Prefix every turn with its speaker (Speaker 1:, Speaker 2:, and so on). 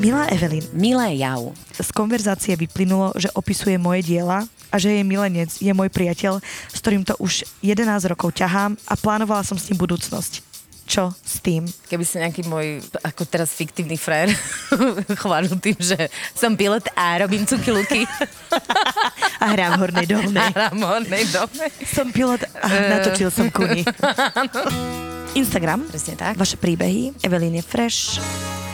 Speaker 1: Milá Evelyn,
Speaker 2: Milé jau.
Speaker 1: z konverzácie vyplynulo, že opisuje moje diela a že jej milenec je môj priateľ, s ktorým to už 11 rokov ťahám a plánovala som s ním budúcnosť. Čo s tým?
Speaker 2: Keby si nejaký môj, ako teraz fiktívny frajer, chválil tým, že som pilot a robím cuky luky
Speaker 1: A hrám v hornej
Speaker 2: a
Speaker 1: dolnej.
Speaker 2: hrám hornej dome.
Speaker 1: Som pilot a natočil som kuni. Instagram.
Speaker 2: Presne tak.
Speaker 1: Vaše príbehy. Evelyn je fresh.